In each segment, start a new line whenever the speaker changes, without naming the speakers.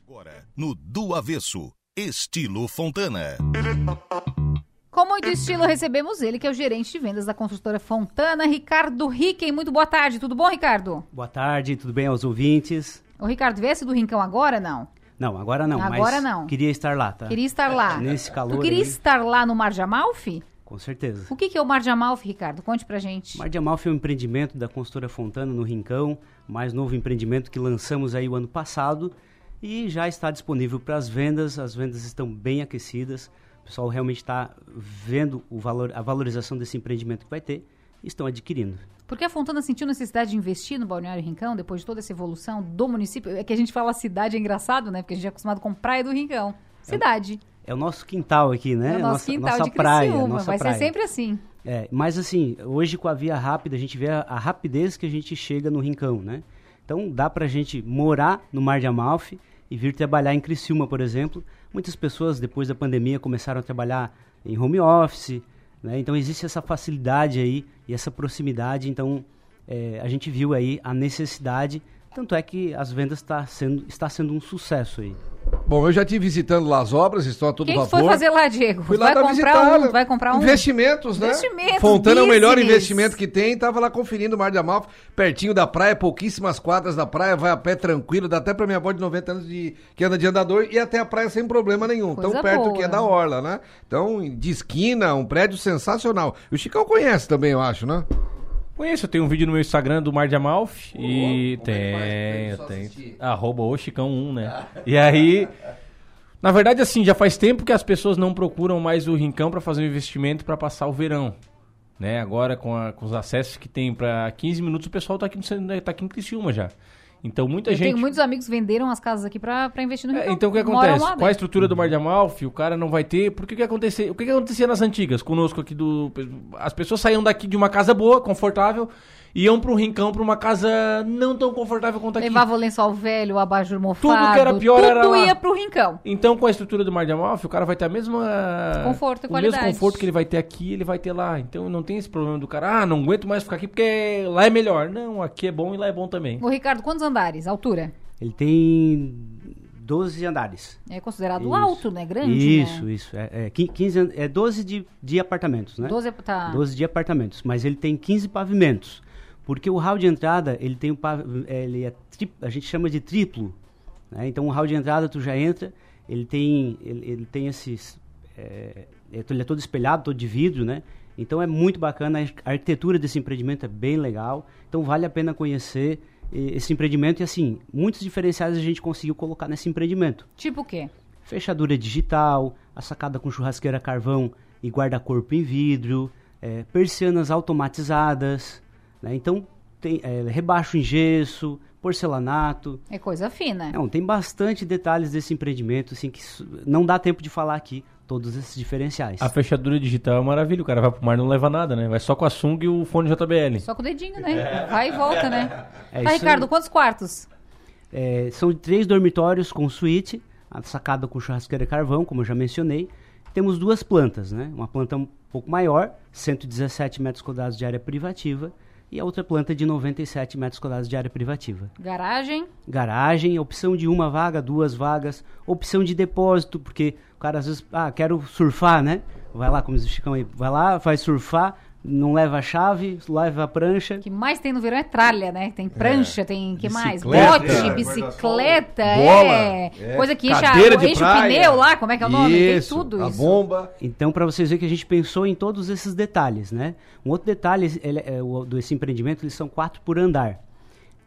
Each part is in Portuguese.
Agora, no Do Avesso, estilo Fontana.
Com muito é estilo, recebemos ele, que é o gerente de vendas da construtora Fontana, Ricardo Ricken. Muito boa tarde, tudo bom, Ricardo?
Boa tarde, tudo bem aos ouvintes?
O Ricardo, vê esse do Rincão agora, não?
Não, agora não,
Agora
mas
não.
queria estar lá, tá?
Queria estar lá.
Nesse calor
Tu queria
aí.
estar lá no Mar de Amalfi?
Com certeza.
O que, que é o Mar de Amalfi, Ricardo? Conte pra gente.
Mar de Amalfi é um empreendimento da consultora Fontana no Rincão, mais novo empreendimento que lançamos aí o ano passado e já está disponível para as vendas. As vendas estão bem aquecidas. O pessoal realmente está vendo o valor, a valorização desse empreendimento que vai ter e estão adquirindo.
Porque a Fontana sentiu necessidade de investir no Balneário Rincão depois de toda essa evolução do município? É que a gente fala cidade, é engraçado, né? Porque a gente é acostumado com Praia do Rincão. Cidade.
É o nosso quintal aqui, né?
É o nosso
nossa,
quintal
nossa
de
praia,
Criciúma.
nossa
Vai
praia.
ser sempre assim.
É, mas assim, hoje com a via rápida, a gente vê a, a rapidez que a gente chega no Rincão, né? Então dá pra gente morar no Mar de Amalfi e vir trabalhar em Criciúma, por exemplo. Muitas pessoas, depois da pandemia, começaram a trabalhar em home office, né? Então existe essa facilidade aí e essa proximidade. Então é, a gente viu aí a necessidade. Tanto é que as vendas tá sendo, está sendo um sucesso aí.
Bom, eu já estive visitando lá as obras, estão a todo
Quem que
vapor.
foi fazer lá, Diego?
Fui lá
vai,
dar
comprar
visitada.
um, vai comprar um?
Investimentos, né?
Investimentos,
Fontana é o melhor
business.
investimento que tem. Tava lá conferindo o Mar de Amalfi, pertinho da praia, pouquíssimas quadras da praia, vai a pé tranquilo, dá até pra minha avó de 90 anos de, que anda de andador e até a praia sem problema nenhum.
Coisa
tão perto
boa.
que é da orla, né? Então, de esquina, um prédio sensacional. E O Chicão conhece também, eu acho, né?
Conheço, eu tenho um vídeo no meu Instagram do Mar de Amalfi e
como é que faz pra ele
tem,
só assistir?
tem. Arroba o Chicão 1, né? E aí. Na verdade, assim, já faz tempo que as pessoas não procuram mais o Rincão pra fazer um investimento pra passar o verão. Né? Agora, com, a- com os acessos que tem pra 15 minutos, o pessoal tá aqui, no, centro- tá aqui em Criciúma já. Então, muita
Eu
gente.
tenho muitos amigos que venderam as casas aqui pra, pra investir no
É,
Rincão.
então o que
Moram
acontece?
lá
Qual a
dentro.
estrutura do Mar de Amalfi? O cara não vai ter. Porque o que acontecia, o que que acontecia nas antigas? Conosco aqui do. As pessoas saíam daqui de uma casa boa, confortável, e iam para um rincão, para uma casa não tão confortável quanto tá aqui.
Levava o lençol velho, o abajur mofado.
que era pior
tudo
era lá.
ia pro Rincão.
Então, com a estrutura do Mar de Amalfi, o cara vai ter a mesma.
Conforto e
O mesmo
qualidade.
conforto que ele vai ter aqui, ele vai ter lá. Então, não tem esse problema do cara, ah, não aguento mais ficar aqui porque lá é melhor. Não, aqui é bom e lá é bom também.
Ô, Ricardo, quantos andares? Altura?
Ele tem 12 andares.
É considerado
Isso.
alto, né? Grande,
Isso,
né?
isso. É, é, quin- 15, an- é 12 de, de apartamentos, né?
12 tá...
12 de apartamentos, mas ele tem 15 pavimentos. Porque o hall de entrada, ele tem um pav- ele é tri- a gente chama de triplo. né? Então, o hall de entrada, tu já entra, ele tem, ele, ele tem esses... é, é- ele é todo espelhado, todo de vidro, né? Então, é muito bacana, a arqu- a arquitetura desse empreendimento é bem legal. Então, vale a pena conhecer eh, esse empreendimento. E, assim, muitos diferenciais a gente conseguiu colocar nesse empreendimento
Tipo o quê?
fechadura digital, a sacada com churrasqueira a carvão e guarda-corpo em vidro, eh, persianas automatizadas, né? então tem eh, rebaixo em gesso, porcelanato.
É coisa fina.
Não, tem bastante detalhes desse empreendimento, assim, que su- não dá tempo de falar aqui todos esses diferenciais.
A fechadura digital é uma maravilha. O cara vai pro mar e não leva nada, né? Vai só com a Sung e o fone JBL.
Só com o dedinho,
É.
né? Vai e volta, né?
É
tá,
isso
Ricardo,
aí.
quantos quartos?
É, são três dormitórios com suíte, a sacada com churrasqueira e carvão, como eu já mencionei. Temos duas plantas, né? Uma planta um pouco maior, 117 metros quadrados de área privativa, e a outra planta de 97 metros quadrados de área privativa.
Garagem.
Garagem, opção de uma vaga, duas vagas, opção de depósito, porque o cara às vezes, ah, quero surfar, né? Vai lá, como diz o Chicão aí, vai lá, vai surfar, não leva a chave, leva a prancha.
O que mais tem no verão é tralha, né? Tem prancha, tem que mais?
Bicicleta.
Bote, bicicleta,
É. Bola,
é.
é.
Coisa que enche, a,
Cadeira de
enche o
praia.
pneu lá, como é que é o nome?
Isso,
tem tudo
a
isso.
bomba.
Então, para vocês verem que a gente pensou em todos esses detalhes, né? Um outro detalhe ele, é, o, desse empreendimento, eles são quatro por andar.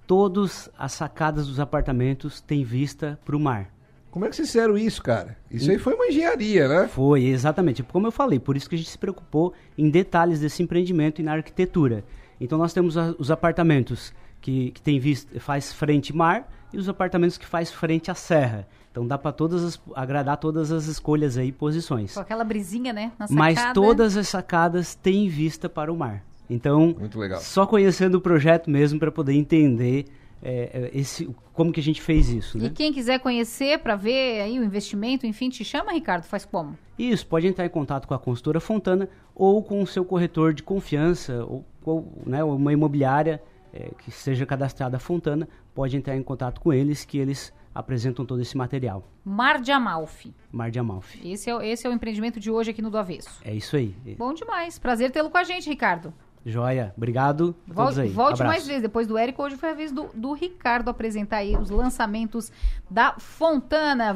Todas as sacadas dos apartamentos têm vista para o mar.
Como é que vocês fizeram isso, cara? Isso aí foi uma engenharia, né?
Foi, exatamente. Como eu falei, por isso que a gente se preocupou em detalhes desse empreendimento e na arquitetura. Então, nós temos a- os apartamentos que, que tem vista, faz frente mar e os apartamentos que faz frente à serra. Então, dá para todas as, agradar todas as escolhas aí, posições.
Com aquela brisinha, né? Na sacada.
Mas todas as sacadas têm vista para o mar. Então,
Muito legal.
só conhecendo o projeto mesmo para poder entender é, é, esse, como que a gente fez isso,
E
né?
quem quiser conhecer pra ver aí o investimento, enfim, te chama, Ricardo, faz como?
Isso, pode entrar em contato com a consultora Fontana ou com o seu corretor de confiança ou, ou, né, uma imobiliária é, que seja cadastrada a Fontana, pode entrar em contato com eles que eles apresentam todo esse material.
Mar de Amalfi.
Mar de Amalfi.
Esse é, o- esse é o empreendimento de hoje aqui no Do Avesso.
É isso aí.
Bom demais. Prazer tê-lo com a gente, Ricardo.
Joia. Obrigado. a
Vol-
todos aí.
volte
Abraço.
mais vezes. Depois do Érico, hoje foi a vez do, do Ricardo apresentar aí os lançamentos da Fontana.